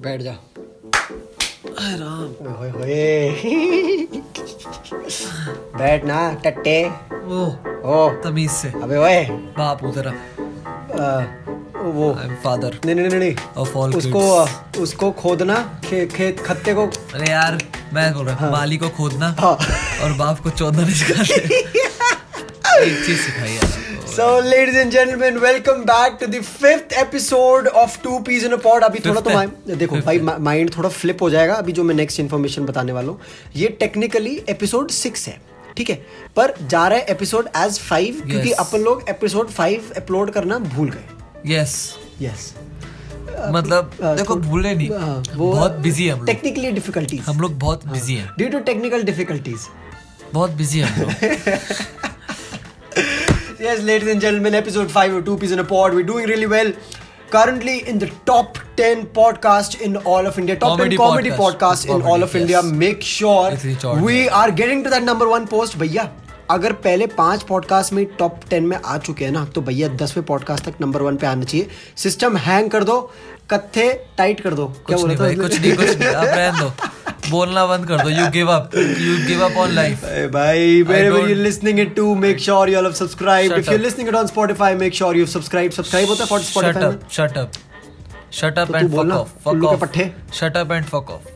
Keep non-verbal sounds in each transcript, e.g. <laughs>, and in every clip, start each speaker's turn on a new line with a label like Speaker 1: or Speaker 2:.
Speaker 1: बैठ जा
Speaker 2: अरे राम
Speaker 1: ओए होए होए। बैठ ना टट्टे
Speaker 2: ओ
Speaker 1: ओ
Speaker 2: तमीज से
Speaker 1: अबे ओए
Speaker 2: बाप हूँ तेरा
Speaker 1: आ, वो
Speaker 2: आई एम फादर
Speaker 1: नहीं नहीं नहीं, नहीं
Speaker 2: ऑफ ऑल
Speaker 1: उसको उसको खोदना खे, खेत खत्ते को
Speaker 2: अरे यार मैं बोल रहा हूँ माली को खोदना
Speaker 1: हाँ।
Speaker 2: और बाप को चौदह नहीं सिखाते एक चीज सिखाई यार
Speaker 1: So, ladies and gentlemen, welcome back to the fifth episode of Two Peas in a Pod. अभी थोड़ा तो
Speaker 2: Fifth है।
Speaker 1: mind- देखो भाई माइंड थोड़ा फ्लिप हो जाएगा अभी जो मैं नेक्स्ट इन्फॉर्मेशन बताने वाला हूँ ये टेक्निकली एपिसोड सिक्स है ठीक है पर जा रहा है एपिसोड एज फाइव क्योंकि
Speaker 2: Yes.
Speaker 1: अपन लोग एपिसोड फाइव अपलोड करना भूल गए
Speaker 2: यस
Speaker 1: यस
Speaker 2: मतलब
Speaker 1: हाँ, तो
Speaker 2: देखो भूले नहीं बहुत बिजी है हम लोग
Speaker 1: टेक्निकली डिफिकल्टीज
Speaker 2: हम लोग बहुत
Speaker 1: हाँ।
Speaker 2: बिजी हैं
Speaker 1: ड्यू टू टेक्निकल डिफिकल्टीज
Speaker 2: बहुत बिजी हैं हम
Speaker 1: <laughs>
Speaker 2: लोग
Speaker 1: Yes, ladies and gentlemen, episode 5 of Two Peas in a Pod. We're doing really well. Currently in the top 10 podcast in all of India. Top 10
Speaker 2: Comedy
Speaker 1: comedy podcast,
Speaker 2: podcast.
Speaker 1: in
Speaker 2: Comedy,
Speaker 1: all of
Speaker 2: yes.
Speaker 1: India. Make sure
Speaker 2: It's reached out.
Speaker 1: we are getting to that number one post. भैया अगर पहले पांच podcast में top ten में आ चुके हैं ना तो भैया दसवें पॉडकास्ट तक नंबर वन पे आना चाहिए सिस्टम हैंग कर दो कत्थे टाइट कर दो
Speaker 2: कुछ नहीं भाई कुछ नहीं कुछ नहीं आप रहने दो बोलना बंद कर दो you give up you give up on life
Speaker 1: Hey, bhai, wherever
Speaker 2: don't-
Speaker 1: you're listening it to, make sure you all have subscribed.
Speaker 2: Shut
Speaker 1: if you're
Speaker 2: up.
Speaker 1: listening it on Spotify, make sure you've subscribed. Subscribe होता है for
Speaker 2: shut
Speaker 1: Spotify.
Speaker 2: Up shut up shut
Speaker 1: तो
Speaker 2: up
Speaker 1: तू
Speaker 2: and fuck
Speaker 1: बोलना,
Speaker 2: off fuck
Speaker 1: उल्लू के
Speaker 2: off
Speaker 1: पट्ठे।
Speaker 2: Shut up and fuck off
Speaker 1: में.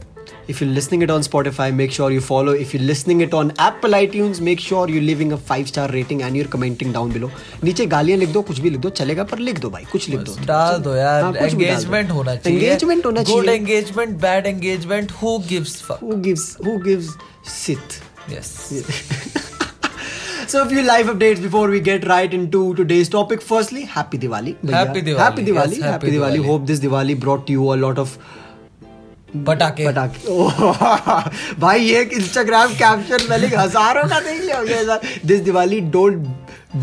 Speaker 1: If you're listening it on Spotify, make sure you follow. If you're listening it on Apple iTunes, make sure you're leaving a five star rating and you're commenting down below. नीचे गालियां लिख दो कुछ भी लिख दो चलेगा पर लिख दो भाई कुछ लिख दो
Speaker 2: तो डाल दो
Speaker 1: हाँ,
Speaker 2: यार
Speaker 1: कुछ भी डाल दो।
Speaker 2: एंगेजमेंट होना चाहिए
Speaker 1: Engagement होना
Speaker 2: गुड
Speaker 1: चाहिए
Speaker 2: engagement bad engagement who gives fuck
Speaker 1: Who gives who gives sit? <laughs>
Speaker 2: Yes
Speaker 1: So a few live updates before we get right into today's topic. Firstly, Happy Diwali. भैया.
Speaker 2: Happy Diwali.
Speaker 1: Happy Diwali.
Speaker 2: Yes,
Speaker 1: happy
Speaker 2: Happy
Speaker 1: Diwali.
Speaker 2: Diwali.
Speaker 1: Hope this Diwali brought to you a lot of
Speaker 2: पटाखे
Speaker 1: पटाखे <laughs> ओह, भाई ये Instagram caption मैंने हजारों का देख लिया होगा दिस दिवाली डोंट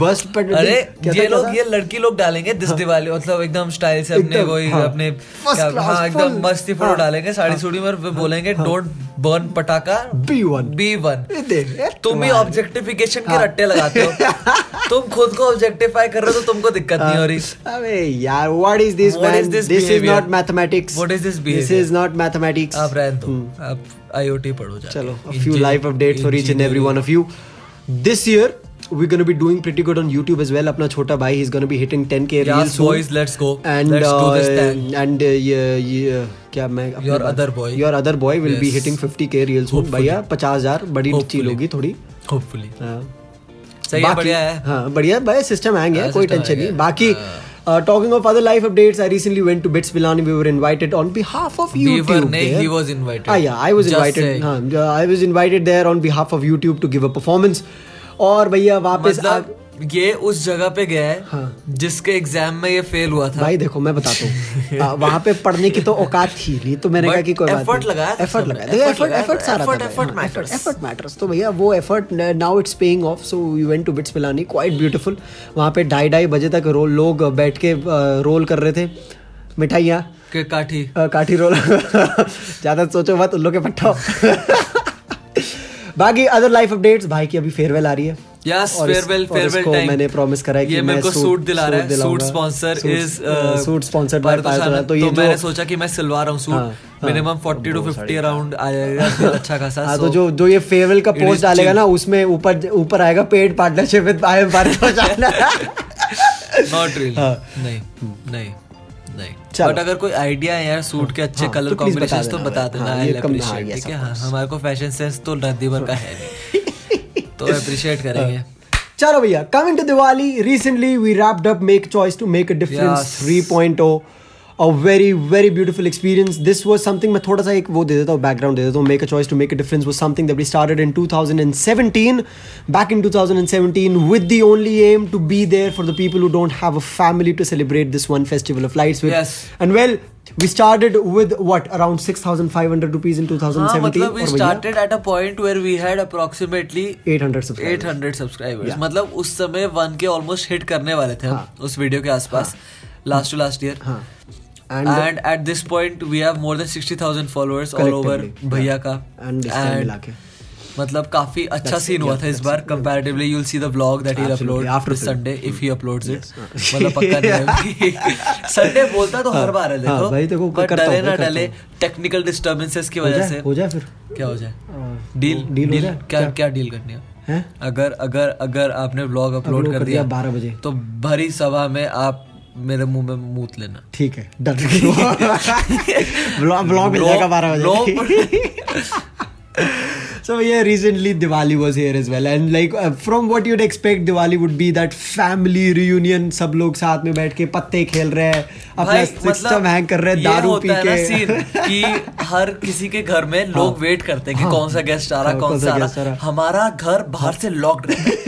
Speaker 1: बस्ट पट
Speaker 2: अरे ये लोग ये लड़की लोग डालेंगे दिस दिवाली मतलब एकदम स्टाइल से अपने
Speaker 1: हाँ। एकदम,
Speaker 2: वही
Speaker 1: हाँ।
Speaker 2: अपने
Speaker 1: First
Speaker 2: क्या-
Speaker 1: class,
Speaker 2: हाँ
Speaker 1: full,
Speaker 2: एकदम मस्ती फोटो
Speaker 1: हाँ,
Speaker 2: डालेंगे साड़ी सूढ़ी में और वे बोलेंगे डोंट बर्न पटाखा
Speaker 1: बी वन
Speaker 2: बी वन
Speaker 1: देख ये
Speaker 2: तुम ही
Speaker 1: तुम्हारे- हाँ।
Speaker 2: ऑब्जेक्टिफिकेशन के रट्टे
Speaker 1: <laughs>
Speaker 2: लगाते हो तुम खुद को ऑब्जेक्टिफाई कर रहे हो तो तुमको दिक्कत नहीं
Speaker 1: हाँ।
Speaker 2: हो रही
Speaker 1: अबे यार what is this
Speaker 2: What
Speaker 1: man
Speaker 2: is this
Speaker 1: this is
Speaker 2: behavior?
Speaker 1: Not mathematics
Speaker 2: What is this
Speaker 1: this
Speaker 2: behavior?
Speaker 1: Is not mathematics
Speaker 2: आप रहने दो आप आईओटी पढ़ो जाके
Speaker 1: हम्म। चलो a few live updates for each and every one of you this year we're going to be doing pretty good on youtube as well अपना छोटा भाई he's going to be hitting 10k
Speaker 2: Yes,
Speaker 1: real soon
Speaker 2: boys, let's go.
Speaker 1: and
Speaker 2: Let's do this
Speaker 1: uh,
Speaker 2: thing.
Speaker 1: and uh, ये ये क्या मैं अपने
Speaker 2: Your
Speaker 1: बात-
Speaker 2: other boy.
Speaker 1: your other boy will be
Speaker 2: Yes.
Speaker 1: hitting 50k real soon भैया 50000 बड़ी चील
Speaker 2: Hopefully.
Speaker 1: होगी थोड़ी
Speaker 2: होपफुली
Speaker 1: हाँ।
Speaker 2: सही है
Speaker 1: बाकी-
Speaker 2: बढ़िया है
Speaker 1: हाँ बढ़िया भाई सिस्टम हैंग है
Speaker 2: हाँ,
Speaker 1: कोई
Speaker 2: system
Speaker 1: टेंशन
Speaker 2: hang
Speaker 1: नहीं
Speaker 2: है। हाँ।
Speaker 1: बाकी uh, talking of other life updates I recently went to bits Pilani we were invited on behalf of
Speaker 2: We were-
Speaker 1: youtube
Speaker 2: nee,
Speaker 1: there.
Speaker 2: he was invited.
Speaker 1: Ah, yeah, I was
Speaker 2: Just
Speaker 1: invited.
Speaker 2: saying.
Speaker 1: हाँ, yeah, I was invited there on behalf of YouTube to give a performance. और भैया वापस आप
Speaker 2: मतलब ये उस जगह पे गया है
Speaker 1: हाँ।
Speaker 2: जिसके एग्जाम में ये फेल हुआ था
Speaker 1: भाई देखो मैं बताता हूँ आ, वहाँ पे पढ़ने की तो औकात थी नहीं तो मैंने
Speaker 2: But
Speaker 1: कहा कि कोई
Speaker 2: effort
Speaker 1: बात
Speaker 2: लगाया था
Speaker 1: एफर्ट
Speaker 2: सबने,
Speaker 1: लगाया देखो
Speaker 2: effort
Speaker 1: एफर्ट
Speaker 2: लगाया
Speaker 1: एफर्ट
Speaker 2: था,
Speaker 1: सारा
Speaker 2: effort-
Speaker 1: था
Speaker 2: effort matters.
Speaker 1: एफर्ट मैटर्स तो भैया वो effort now it's paying off so you went to bits Pilani quite beautiful वहाँ पे ढाई ढाई बजे तक रो, लोग बैठ के रोल कर रहे थे मिठाइयाँ
Speaker 2: के काठी
Speaker 1: अ, काठी रोल ज्यादा सोचो मत उल्लो के पट्टो बाकी अदर लाइफ अपडेट्स भाई की अभी फेयरवेल आ रही है
Speaker 2: यस
Speaker 1: और इस-
Speaker 2: फेयरवेल
Speaker 1: और
Speaker 2: फेयरवेल
Speaker 1: इसको
Speaker 2: टाइम
Speaker 1: मैंने प्रॉमिस करा है कि
Speaker 2: ये
Speaker 1: मैं
Speaker 2: मेरे को
Speaker 1: सूट-
Speaker 2: सूट दिला रहा
Speaker 1: सूट
Speaker 2: है सूट
Speaker 1: दिलाऊंगा।
Speaker 2: Sponsor
Speaker 1: suit-
Speaker 2: is
Speaker 1: a, suit sponsored by पायलटोला। तो
Speaker 2: uh, तो
Speaker 1: ये जो-
Speaker 2: मैंने सोचा कि मैं सिलवा रहा हूँ
Speaker 1: हाँ,
Speaker 2: सूट
Speaker 1: हाँ।
Speaker 2: मिनिमम 40 टू 50 अराउंड आ जाएगा फिर अच्छा खासा
Speaker 1: हाँ तो
Speaker 2: So,
Speaker 1: जो जो ये फेयरवेल का
Speaker 2: it
Speaker 1: पोस्ट
Speaker 2: is
Speaker 1: डालेगा
Speaker 2: chill.
Speaker 1: ना उसमें ऊपर ऊपर आएगा paid partnership with I am <laughs>
Speaker 2: <laughs> not really
Speaker 1: हाँ।
Speaker 2: नहीं नहीं नहीं
Speaker 1: चलो।
Speaker 2: बट अगर कोई आइडिया है यार सूट के अच्छे
Speaker 1: हाँ,
Speaker 2: कलर
Speaker 1: तो please बता
Speaker 2: कॉम्बिनेशन तो
Speaker 1: देना
Speaker 2: बता
Speaker 1: भाई।
Speaker 2: देना
Speaker 1: हाँ,
Speaker 2: आई
Speaker 1: ये कम- हाँ,
Speaker 2: अप्रिशिएट
Speaker 1: yes,
Speaker 2: ठीक
Speaker 1: of
Speaker 2: है हाँ, हमारे को फैशन सेंस तो नदी भर का है नहीं
Speaker 1: <laughs>
Speaker 2: तो अप्रिशिएट
Speaker 1: हाँ,
Speaker 2: करेंगे
Speaker 1: तो चलो भैया coming to Diwali recently we wrapped up make choice to make a difference
Speaker 2: Yes.
Speaker 1: 3.0 a very very beautiful experience this was something मैं थोड़ा सा एक वो दे देता हूँ बैकग्राउंड दे देता हूँ make a choice to make a difference was something that we started in 2017 back in 2017 with the only aim to be there for the people who don't have a family to celebrate this one festival of lights
Speaker 2: Yes.
Speaker 1: With and well we started with what around 6500 rupees in 2017
Speaker 2: हाँ मतलब we
Speaker 1: और भैया
Speaker 2: started at a point where we had approximately
Speaker 1: 800 subscribers
Speaker 2: 800 subscribers
Speaker 1: Yeah.
Speaker 2: मतलब उस समय one K almost hit करने वाले थे हम उस वीडियो के आसपास लास्ट टू लास्ट ईयर
Speaker 1: हाँ and uh,
Speaker 2: and at this point we have more than 60000 followers all over
Speaker 1: Collectively,
Speaker 2: भैया का
Speaker 1: and इस time मिला के।
Speaker 2: मतलब काफी अच्छा सीन हुआ था इस बार comparatively you will see the vlog that he
Speaker 1: Absolutely,
Speaker 2: upload
Speaker 1: after
Speaker 2: after
Speaker 1: film.
Speaker 2: Sunday if he uploads it <laughs> मतलब पक्का
Speaker 1: <laughs>
Speaker 2: नहीं संडे बोलता तो हर बार है
Speaker 1: हाँ,
Speaker 2: देखो
Speaker 1: भाई देखो,
Speaker 2: बट
Speaker 1: करता हूँ,
Speaker 2: डले
Speaker 1: मैं
Speaker 2: ना
Speaker 1: करता
Speaker 2: डले
Speaker 1: हूँ।
Speaker 2: टेक्निकल डिस्टरबेंसेस की
Speaker 1: हो
Speaker 2: वजह
Speaker 1: जाए
Speaker 2: से
Speaker 1: हो जाए फिर
Speaker 2: क्या हो जाए
Speaker 1: आ,
Speaker 2: डील
Speaker 1: deal हो
Speaker 2: डील
Speaker 1: जाए
Speaker 2: क्या क्या डील करनी है
Speaker 1: हैं?
Speaker 2: अगर अगर अगर आपने व्लॉग अपलोड कर दिया
Speaker 1: 12 बजे
Speaker 2: तो भरी सभा में आप मेरे मुंह में मूत लेना
Speaker 1: ठीक है डन <laughs> ब्लॉग ब्लॉग मिल जाएगा बारह <laughs> बजे So yeah, recently Diwali was here as well, and like uh, from what you'd expect, Diwali would be that family reunion. सब लोग साथ में बैठ के पत्ते खेल रहे हैं, अपना सिस्टम हैंग कर रहे हैं,
Speaker 2: मतलब ये
Speaker 1: दारू
Speaker 2: होता
Speaker 1: पी
Speaker 2: है ना
Speaker 1: के. <laughs>
Speaker 2: scene कि हर किसी के घर में लोग वेट करते हैं कि कौन सा गेस्ट आ रहा
Speaker 1: हाँ,
Speaker 2: कौन सा आ रहा हमारा घर बाहर से
Speaker 1: <laughs>
Speaker 2: लॉक्ड है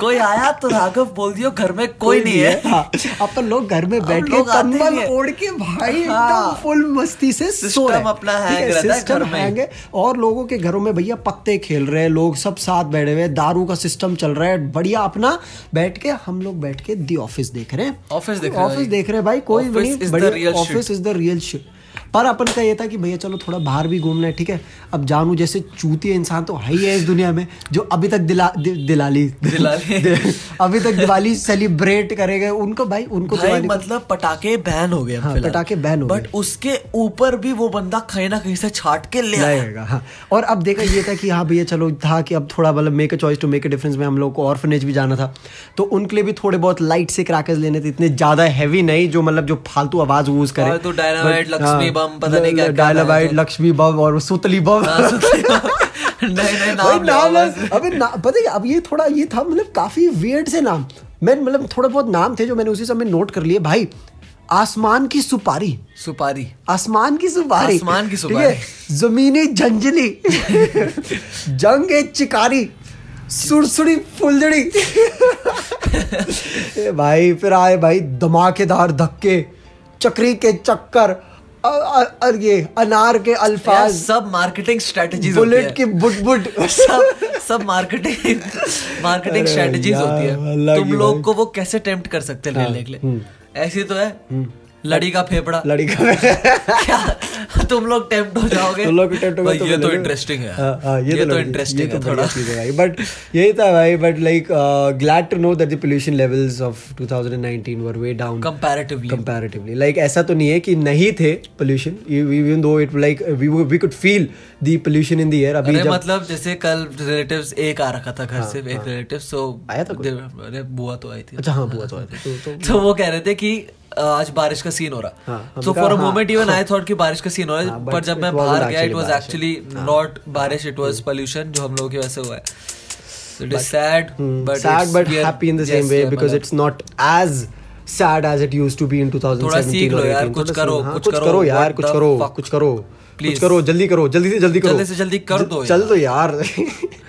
Speaker 2: कोई आया तो राघव बोल दियो घर में कोई नहीं <laughs> है
Speaker 1: हाँ, अपन लोग घर में
Speaker 2: हम
Speaker 1: बैठ के
Speaker 2: लोग आते ही
Speaker 1: कंबल
Speaker 2: नहीं है।
Speaker 1: ओढ़ के भाई एकदम
Speaker 2: हाँ।
Speaker 1: फुल मस्ती से सो
Speaker 2: System
Speaker 1: रहे हैं।
Speaker 2: अपना
Speaker 1: ठीक
Speaker 2: hang रहता है
Speaker 1: system
Speaker 2: घर में।
Speaker 1: hang है और लोगों के घरों में भैया पत्ते खेल रहे हैं लोग सब साथ बैठे हुए हैं, दारू का सिस्टम चल रहा है बढ़िया अपना बैठ के हम लोग बैठ के दी ऑफिस देख रहे हैं
Speaker 2: Office देख रहे हैं
Speaker 1: ऑफिस
Speaker 2: भाई।
Speaker 1: देख रहे हैं भाई कोई
Speaker 2: Office is the
Speaker 1: नहीं
Speaker 2: real shit.
Speaker 1: Office is the real shit पर अपन का ये था कि भैया चलो थोड़ा बाहर भी घूमना है ठीक है अब जानू जैसे चूतिया इंसान तो है ही है इस दुनिया में जो अभी तक दिला दि- दिलाली <laughs>
Speaker 2: दिलाली।
Speaker 1: दि- अभी तक दिवाली सेलिब्रेट करेंगे उनको भाई उनको
Speaker 2: भाई
Speaker 1: दिवाली
Speaker 2: मतलब पटाखे बैन हो गए
Speaker 1: हाँ, पटाखे ban हो
Speaker 2: बट उसके ऊपर भी वो बंदा कहीं ना कहीं से छाट के ले आया <laughs>
Speaker 1: लाएगा हाँ और अब देखा ये था कि हाँ भैया चलो था कि अब थोड़ा मतलब make a choice to make a difference में हम लोग को ऑर्फनेज भी जाना था तो उनके लिए भी थोड़े बहुत लाइट से क्रैकर्स लेने थे इतने ज़्यादा हैवी नहीं जो मतलब जो फालतू आवाज़ वूज करे हाँ,
Speaker 2: फालतू dynamite, लक्ष्मी बम, पता नहीं क्या- क्या नाम है
Speaker 1: डायनामाइट
Speaker 2: जो-
Speaker 1: लक्ष्मी बम और सुतली बम <laughs>
Speaker 2: नहीं
Speaker 1: भाई
Speaker 2: नहीं नाम
Speaker 1: नाम
Speaker 2: नाम
Speaker 1: है- अबे ना पता है अब ये थोड़ा ये था मतलब काफी वियर्ड से नाम मैं मतलब थोड़े बहुत नाम थे जो मैंने उसी समय नोट कर लिए भाई आसमान की सुपारी
Speaker 2: सुपारी
Speaker 1: आसमान की सुपारी
Speaker 2: आसमान की
Speaker 1: ठीक
Speaker 2: सुपारी।
Speaker 1: है? जमीनी झंझली जंग ए चिकारी सुड़सुड़ी फुलझड़ी ए भाई फिर आए भाई धमाकेदार धक्के चक्री के चक्कर अ- अ- अ- ये अनार के
Speaker 2: यार,
Speaker 1: अल्फाज
Speaker 2: सब मार्केटिंग स्ट्रेटजीज
Speaker 1: बुलेट की बुट बुट
Speaker 2: सब सब मार्केटिंग मार्केटिंग
Speaker 1: अरे
Speaker 2: स्ट्रेटजीज
Speaker 1: यार,
Speaker 2: होती है
Speaker 1: अलग
Speaker 2: तुम
Speaker 1: ही भाई।
Speaker 2: लोग
Speaker 1: हाँ, हम्म।
Speaker 2: को वो कैसे टेम्प्ट कर सकते हैं लेने के लिए ऐसी तो है लड़ी का फेफड़ा
Speaker 1: लड़ी का
Speaker 2: क्या तुम लोग टेम्प्ट हो जाओगे
Speaker 1: तुम लोग टेंट
Speaker 2: भाई, ये तो इंटरेस्टिंग है
Speaker 1: हाँ, हाँ, ये,
Speaker 2: ये तो
Speaker 1: लड़की-
Speaker 2: इंटरेस्टिंग
Speaker 1: ये
Speaker 2: है
Speaker 1: तो
Speaker 2: थोड़ा
Speaker 1: बढ़िया चीज़ है भाई बट यही था भाई uh, but like glad to know that the pollution levels of 2019 were way down
Speaker 2: comparatively
Speaker 1: comparatively like ऐसा तो नहीं है कि नहीं थे E- pollution even though it like we we could feel the pollution in the air अभी
Speaker 2: अरे
Speaker 1: जब हाँ,
Speaker 2: मतलब जैसे कल रिलेटिव्स एक आ रखा था घर से एक रिलेटिव सो
Speaker 1: आया था कोई?
Speaker 2: अरे बुआ तो आई थी
Speaker 1: अच्छा हाँ बुआ तो आया था। तो- तो
Speaker 2: <laughs> तो वो कह रहे थे कि अ, आज बारिश का सीन हो रहा
Speaker 1: हाँ, हमने
Speaker 2: सो
Speaker 1: कहा,
Speaker 2: फॉर अ
Speaker 1: हाँ,
Speaker 2: मोमेंट इवन आई थॉट कि बारिश का सीन हो रहा
Speaker 1: हाँ,
Speaker 2: है
Speaker 1: but
Speaker 2: पर जब मैं
Speaker 1: it wasn't
Speaker 2: बाहर गया इट
Speaker 1: actually बारिश।
Speaker 2: वाज
Speaker 1: हाँ। Hmm.
Speaker 2: एक्चुअली नॉट बारिश इट वाज पोल्यूशन जो हम लोगों की वजह से हुआ है it is sad but
Speaker 1: hmm, sad but happy in the same way because
Speaker 2: मतलब
Speaker 1: it's not as sad as it used to be in 2017
Speaker 2: थोड़ा सीख लो
Speaker 1: or
Speaker 2: यार,
Speaker 1: 18.
Speaker 2: कुछ
Speaker 1: थोड़ा
Speaker 2: करो,
Speaker 1: सीख- हाँ,
Speaker 2: कुछ
Speaker 1: कुछ
Speaker 2: करो,
Speaker 1: करो यार
Speaker 2: what
Speaker 1: कुछ
Speaker 2: the
Speaker 1: करो
Speaker 2: fuck.
Speaker 1: कुछ करो कुछ
Speaker 2: Please.
Speaker 1: करो जल्दी करो जल्दी से जल्दी करो
Speaker 2: जल्दी से जल्दी कर
Speaker 1: जल-
Speaker 2: दो
Speaker 1: चल दो यार <laughs>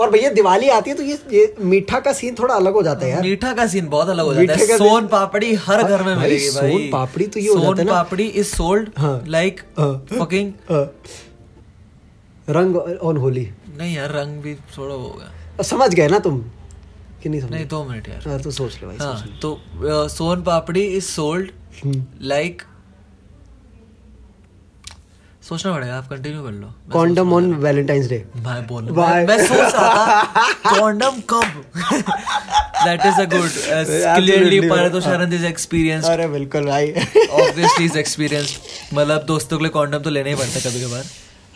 Speaker 1: और भैया दिवाली आती है तो ये ये मीठा का सीन थोड़ा अलग हो जाता है यार
Speaker 2: मीठा का सीन बहुत अलग हो जाता
Speaker 1: मीठे का
Speaker 2: है
Speaker 1: सीन-
Speaker 2: सोन पापड़ी हर घर में
Speaker 1: भाई,
Speaker 2: मिलेगी भाई
Speaker 1: सोन पापड़ी तो ये हो जाता है
Speaker 2: सोन
Speaker 1: ना-
Speaker 2: पापड़ी इज सोल्ड
Speaker 1: हाँ।
Speaker 2: लाइक
Speaker 1: हाँ।
Speaker 2: Fucking
Speaker 1: uh, rang on Holi
Speaker 2: नहीं यार रंग भी थोड़ा वो हो गया
Speaker 1: अब समझ गए ना तुम कि नहीं समझ
Speaker 2: नहीं दो मिनट यार
Speaker 1: यार तो सोच ले भाई सोच
Speaker 2: हाँ तो uh, soan papdi is sold like सोचना पड़ेगा आप कंटिन्यू कर लो
Speaker 1: ले कॉन्डम ऑन वैलेंटाइंस डे
Speaker 2: भाई बोल
Speaker 1: Why?
Speaker 2: मैं, मैं सोच रहा था कॉन्डम <laughs> कब that is a good clearly
Speaker 1: Absolutely.
Speaker 2: पर शरण इज एक्सपीरियंस
Speaker 1: अरे बिल्कुल भाई
Speaker 2: ऑब्वियसली इज एक्सपीरियंस मतलब दोस्तों के लिए कॉन्डम तो लेना ही पड़ता है कभी कभार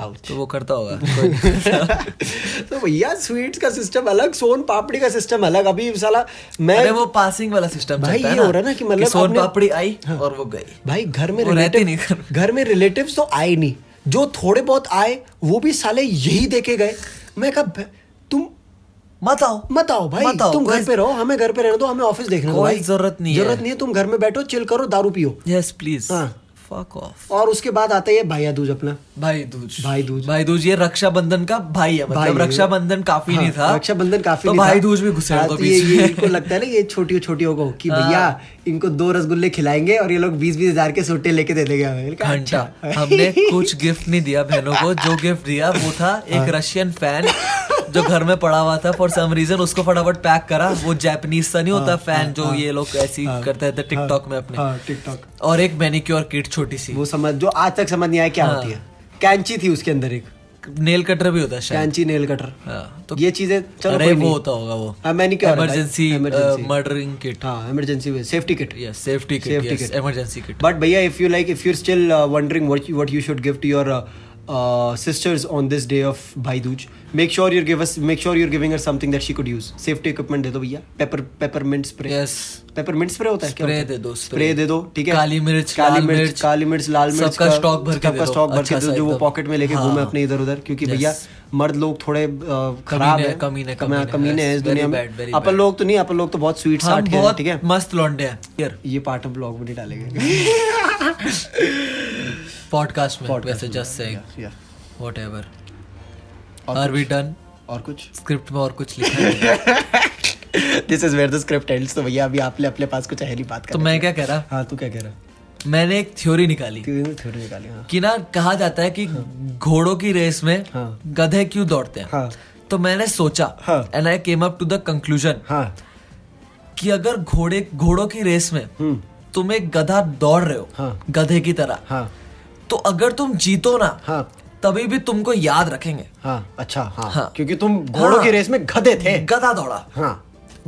Speaker 1: Ouch.
Speaker 2: तो वो करता होगा कोई नहीं।
Speaker 1: तो भैया स्वीट्स का सिस्टम अलग सोन पापड़ी का सिस्टम अलग अभी साला मैं
Speaker 2: अरे वो पासिंग वाला सिस्टम
Speaker 1: भाई,
Speaker 2: चलता है
Speaker 1: ये हो रहा है ना कि मतलब
Speaker 2: सोन
Speaker 1: आपने-
Speaker 2: पापड़ी आई और वो गई
Speaker 1: भाई घर में
Speaker 2: वो रहते
Speaker 1: relative-
Speaker 2: नहीं घर में।
Speaker 1: घर में रिलेटिव्स तो आए नहीं जो थोड़े बहुत आए वो भी साले यही देखे गए मैं कहा "भ- तुम
Speaker 2: मत आओ
Speaker 1: मत आओ भाई
Speaker 2: मत आओ,
Speaker 1: तुम घर
Speaker 2: कोई-
Speaker 1: पे रहो हमें घर पे रहने दो हमें ऑफिस देखने दो
Speaker 2: कोई
Speaker 1: भाई
Speaker 2: जरूरत नहीं है।
Speaker 1: जरूरत नहीं है तुम घर में बैठो चिल करो दारू पियो
Speaker 2: यस प्लीज
Speaker 1: हाँ।
Speaker 2: फक ऑफ
Speaker 1: और उसके बाद आता है ये भैया दूज अपना
Speaker 2: भाई दूज
Speaker 1: भाई दूज।
Speaker 2: भाई दूज ये रक्षाबंधन का भाई है मतलब
Speaker 1: भाई-
Speaker 2: रक्षाबंधन काफी
Speaker 1: हाँ,
Speaker 2: नहीं था
Speaker 1: रक्षाबंधन काफी
Speaker 2: तो
Speaker 1: नहीं
Speaker 2: भाई
Speaker 1: था।
Speaker 2: दूज भी घुसे हाँ।
Speaker 1: हाँ,
Speaker 2: उनको
Speaker 1: तो ये-
Speaker 2: बीच
Speaker 1: ये
Speaker 2: में
Speaker 1: इनको लगता है ना ये छोटी छोटियों को कि भैया इनको दो रसगुल्ले खिलाएंगे और ये लोग बीस बीस हजार के सोटे लेके दे देंगे हमें मैंने कहा,
Speaker 2: <laughs> घंटा
Speaker 1: "अच्छा." <laughs>
Speaker 2: हमने कुछ गिफ्ट नहीं दिया बहनों को जो गिफ्ट दिया वो था
Speaker 1: हाँ।
Speaker 2: एक रशियन फैन जो घर में पड़ा हुआ था फॉर सम रीजन उसको फटाफट पैक करा वो जापानीज सा नहीं होता फैन जो ये लोग ऐसी करते थे टिकटॉक में अपने
Speaker 1: हाँ टिकटॉक
Speaker 2: और एक मैनिक्योर किट छोटी सी हाँ।
Speaker 1: वो समझ जो आज तक समझ नहीं आया क्या होती है कैंची थी उसके अंदर एक
Speaker 2: नेल कटर भी होता है शायद
Speaker 1: कैंची नेल कटर
Speaker 2: हाँ, तो
Speaker 1: ये चीजें चलो
Speaker 2: अरे
Speaker 1: कोई
Speaker 2: वो
Speaker 1: नहीं।
Speaker 2: होता होगा वो uh,
Speaker 1: हाँ, मैंने क्या बोला?
Speaker 2: Emergency
Speaker 1: Emergency.
Speaker 2: मर्डरिंग किट
Speaker 1: हाँ इमरजेंसी में safety kit
Speaker 2: yes safety kit
Speaker 1: Safety
Speaker 2: yes
Speaker 1: kit.
Speaker 2: Emergency kit
Speaker 1: But Bhaiya, if you like, if you're still uh, wondering what you, what you should give to your uh, uh, sisters on this day of Bhai Dooj, make sure you give us, make sure you're giving her something that she could use. Safety equipment दे दो भैया. Pepper peppermint spray.
Speaker 2: Yes
Speaker 1: peppermint spray होता है क्या
Speaker 2: Spray
Speaker 1: होता है?
Speaker 2: दे दो,
Speaker 1: Spray
Speaker 2: spray।
Speaker 1: दे दो ठीक है
Speaker 2: काली मिर्च,
Speaker 1: काली
Speaker 2: लाल
Speaker 1: मिर्च
Speaker 2: मिर्च,
Speaker 1: काली मिर्च लाल मिर्च
Speaker 2: सबका
Speaker 1: का-
Speaker 2: stock भर के
Speaker 1: सबका
Speaker 2: दे दो,
Speaker 1: stock भर के
Speaker 2: अच्छा
Speaker 1: दे दो
Speaker 2: सा
Speaker 1: जो वो
Speaker 2: एकदम।
Speaker 1: पॉकेट में लेके घूमे
Speaker 2: हाँ।
Speaker 1: अपने इधर उधर क्योंकि
Speaker 2: Yes.
Speaker 1: भैया मर्द लोग थोड़े अ, खराब
Speaker 2: कमीने-
Speaker 1: हैं
Speaker 2: कमीने-
Speaker 1: कम-
Speaker 2: कमीने,
Speaker 1: कमीने हैं इस
Speaker 2: yes, very
Speaker 1: दुनिया में
Speaker 2: bad, very
Speaker 1: अपन
Speaker 2: bad.
Speaker 1: लोग तो नहीं अपन लोग तो बहुत स्वीट
Speaker 2: हम
Speaker 1: साट के हैं
Speaker 2: हाँ, बहुत
Speaker 1: ठीक है
Speaker 2: मस्त लौंडे हैं यार
Speaker 1: ये पार्ट हम ब्लॉग में नहीं डालेंगे
Speaker 2: <laughs> पॉडकास्ट में
Speaker 1: Podcast
Speaker 2: वैसे
Speaker 1: में।
Speaker 2: जस्ट से
Speaker 1: Yeah, yeah.
Speaker 2: व्हाटएवर
Speaker 1: और
Speaker 2: आर वी डन
Speaker 1: और कुछ
Speaker 2: स्क्रिप्ट में और कुछ लिखा नहीं है
Speaker 1: this is where the script ends तो भैया अभी आपने अपने पास कुछ है नहीं बात
Speaker 2: तो
Speaker 1: करने के
Speaker 2: मैं क्या
Speaker 1: लिए।
Speaker 2: कह रहा
Speaker 1: हाँ तू क्या कह रहा है
Speaker 2: मैंने एक थ्योरी निकाली
Speaker 1: क्यों थ्योरी निकाली हाँ
Speaker 2: कि ना कहा जाता है कि घोड़ों की रेस में
Speaker 1: हाँ।
Speaker 2: गधे क्यों दौड़ते हैं
Speaker 1: हाँ।
Speaker 2: तो मैंने सोचा
Speaker 1: हाँ।
Speaker 2: And I came up to the conclusion
Speaker 1: हाँ
Speaker 2: कि अगर घोड़े घोड़ों की रेस में
Speaker 1: हम्म
Speaker 2: तुम एक गधा दौड़ रहे हो
Speaker 1: हाँ।
Speaker 2: गधे की तरह
Speaker 1: हाँ
Speaker 2: तो अगर तुम जीतो ना
Speaker 1: हाँ
Speaker 2: तभी भी तुमको याद रखेंगे
Speaker 1: हाँ अच्छा हाँ,
Speaker 2: हाँ।
Speaker 1: क्योंकि तुम घोड़ों
Speaker 2: हाँ।
Speaker 1: की रेस में गधे थे
Speaker 2: गधा दौड़ा
Speaker 1: हाँ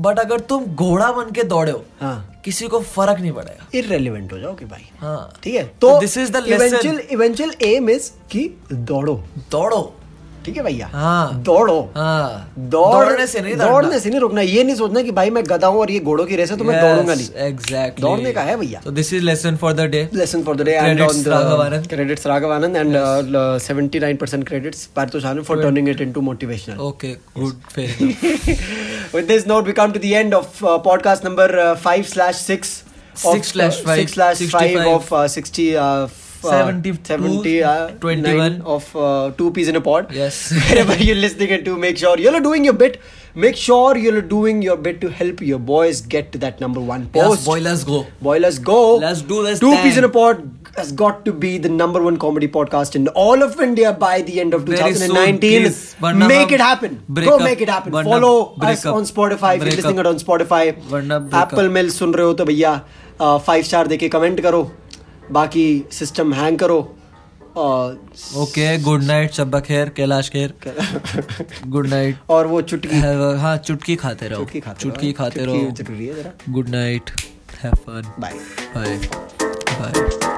Speaker 2: बट अगर तुम घोड़ा बन के दौड़े हो
Speaker 1: हाँ
Speaker 2: किसी को फर्क नहीं पड़ेगा
Speaker 1: इररेलेवेंट हो जाओगे भाई
Speaker 2: हाँ
Speaker 1: ठीक है
Speaker 2: तो
Speaker 1: तो
Speaker 2: this is the lesson.
Speaker 1: Eventual eventual aim is कि दौड़ो
Speaker 2: दौड़ो
Speaker 1: ठीक है भैया
Speaker 2: हाँ।
Speaker 1: दौड़ो
Speaker 2: हाँ
Speaker 1: दौड़-
Speaker 2: दौड़ने से नहीं
Speaker 1: दौड़ने से नहीं रुकना ये नहीं सोचना कि भाई मैं गधा हूँ और ये घोड़ों की रेस है तो मैं दौड़ूंगा नहीं
Speaker 2: एग्जैक्टली
Speaker 1: दौड़ने का है भैया
Speaker 2: तो this is lesson for the day
Speaker 1: lesson for the day and
Speaker 2: Credits
Speaker 1: on the
Speaker 2: Raghavanand.
Speaker 1: credits Raghavanand and uh, uh, 79% credits Parthoshanu for turning it into motivational.
Speaker 2: Okay good fair
Speaker 1: <laughs> With this note, we come to the end of uh, podcast number uh, 5 slash 6. of,
Speaker 2: Six slash
Speaker 1: uh,
Speaker 2: five,
Speaker 1: 6 slash 5
Speaker 2: 65,
Speaker 1: of uh, 60. Uh, f- uh,
Speaker 2: 72,
Speaker 1: 70, uh,
Speaker 2: 21.
Speaker 1: nine of uh, two peas in a pod.
Speaker 2: Yes.
Speaker 1: <laughs> Wherever you're listening it to, make sure you're doing your bit. Make sure you're doing your bit to help your boys get to that number one post.
Speaker 2: boy, let's go.
Speaker 1: Boy, let's go.
Speaker 2: Let's do this
Speaker 1: Two
Speaker 2: thing.
Speaker 1: peas in a pod has got to be the number one comedy podcast in all of India by the end of
Speaker 2: Very soon,
Speaker 1: 2019.
Speaker 2: please. वरना
Speaker 1: make
Speaker 2: हम
Speaker 1: it happen.
Speaker 2: break
Speaker 1: Go
Speaker 2: up.
Speaker 1: make it happen.
Speaker 2: वरना
Speaker 1: Follow
Speaker 2: break
Speaker 1: us
Speaker 2: up.
Speaker 1: on Spotify. If you're
Speaker 2: Break
Speaker 1: listening
Speaker 2: up.
Speaker 1: it on Spotify.
Speaker 2: वरना break up.
Speaker 1: Apple mail सुन रहे हो तो भैया five star देके कमेंट करो बाकी सिस्टम हैंग करो और
Speaker 2: ओके गुड नाइट शब्बा खैर कैलाश
Speaker 1: <laughs>
Speaker 2: खैर गुड नाइट
Speaker 1: और वो
Speaker 2: <laughs>
Speaker 1: चुटकी
Speaker 2: हाँ चुटकी खाते रहो
Speaker 1: चुटकी खाते
Speaker 2: चुटकी
Speaker 1: रहो।
Speaker 2: खाते
Speaker 1: चुटकी
Speaker 2: रहो
Speaker 1: जरूरी है जरा
Speaker 2: good night have fun
Speaker 1: bye
Speaker 2: bye bye